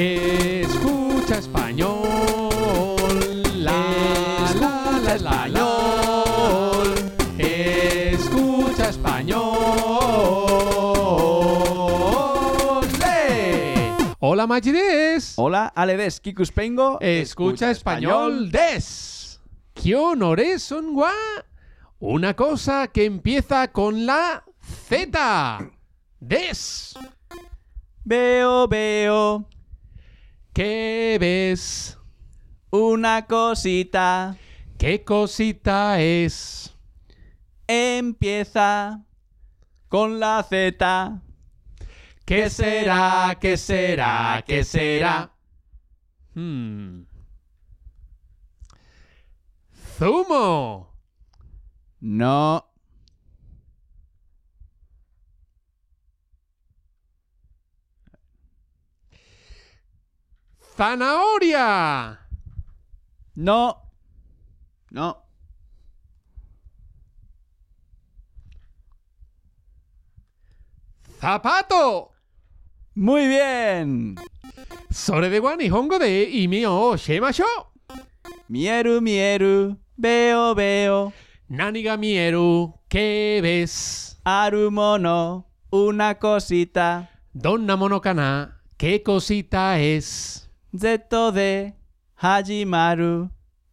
Escucha español. La, la, la, español. Escucha español. ¡Le! Hola, Magides. Hola, Aleves, Kikuspengo. Escucha español des. ¿Qué honores son gua? Una cosa que empieza con la Z. Des. Veo, veo ¿Qué ves? una cosita. ¿Qué cosita es? Empieza con la Z. ¿Qué será? ¿Qué será? ¿Qué será? Hmm. ¡Zumo! No. ¡Zanahoria! No. No. ¡Zapato! Muy bien. Sore de guan y hongo de y mío shemasho. Mieru, mieru. Veo, veo. Naniga mieru, ¿qué ves? Arumono. Una cosita. Donna monocana, ¿qué cosita es? Zeto de Hajimaru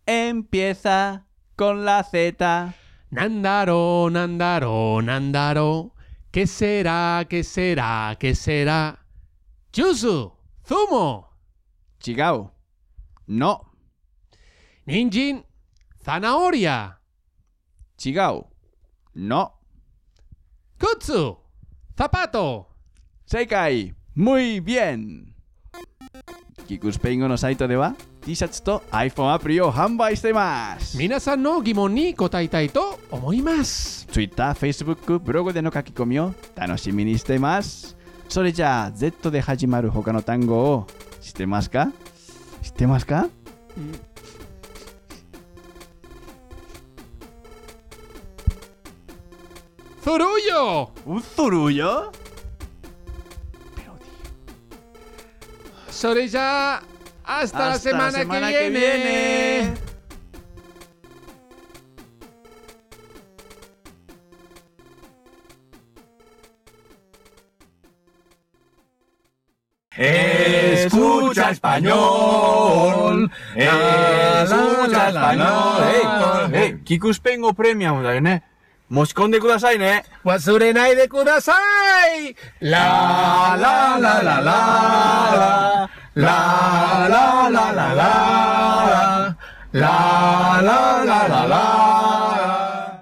empieza con la Z. Nandaro, Nandaro, Nandaro. ¿Qué será? ¿Qué será? ¿Qué será? Yuzu, zumo, Chigao. No. ninjin, zanahoria, Chigao. No. kutsu, zapato. Seikai. Muy bien. Kikuspengo no saito de wa ？T シャツと iPhone アプリを販売してます。 minasan no gimon ni kotaitai to omoimasu. Twitter、Facebook、ブログでの書き込みを楽しみにしてます。それじゃあ、Z で始まる他の単語を知ってますか知ってますか Zurullo, うっそるよ sore ya hasta, la semana, que viene. Escucha español. Escucha español. え、キクスペンゴプレミアムだよね。持ち込んでください ¿eh? ね。 Wasurenai de kudasai. La la la la la. La la la la la. La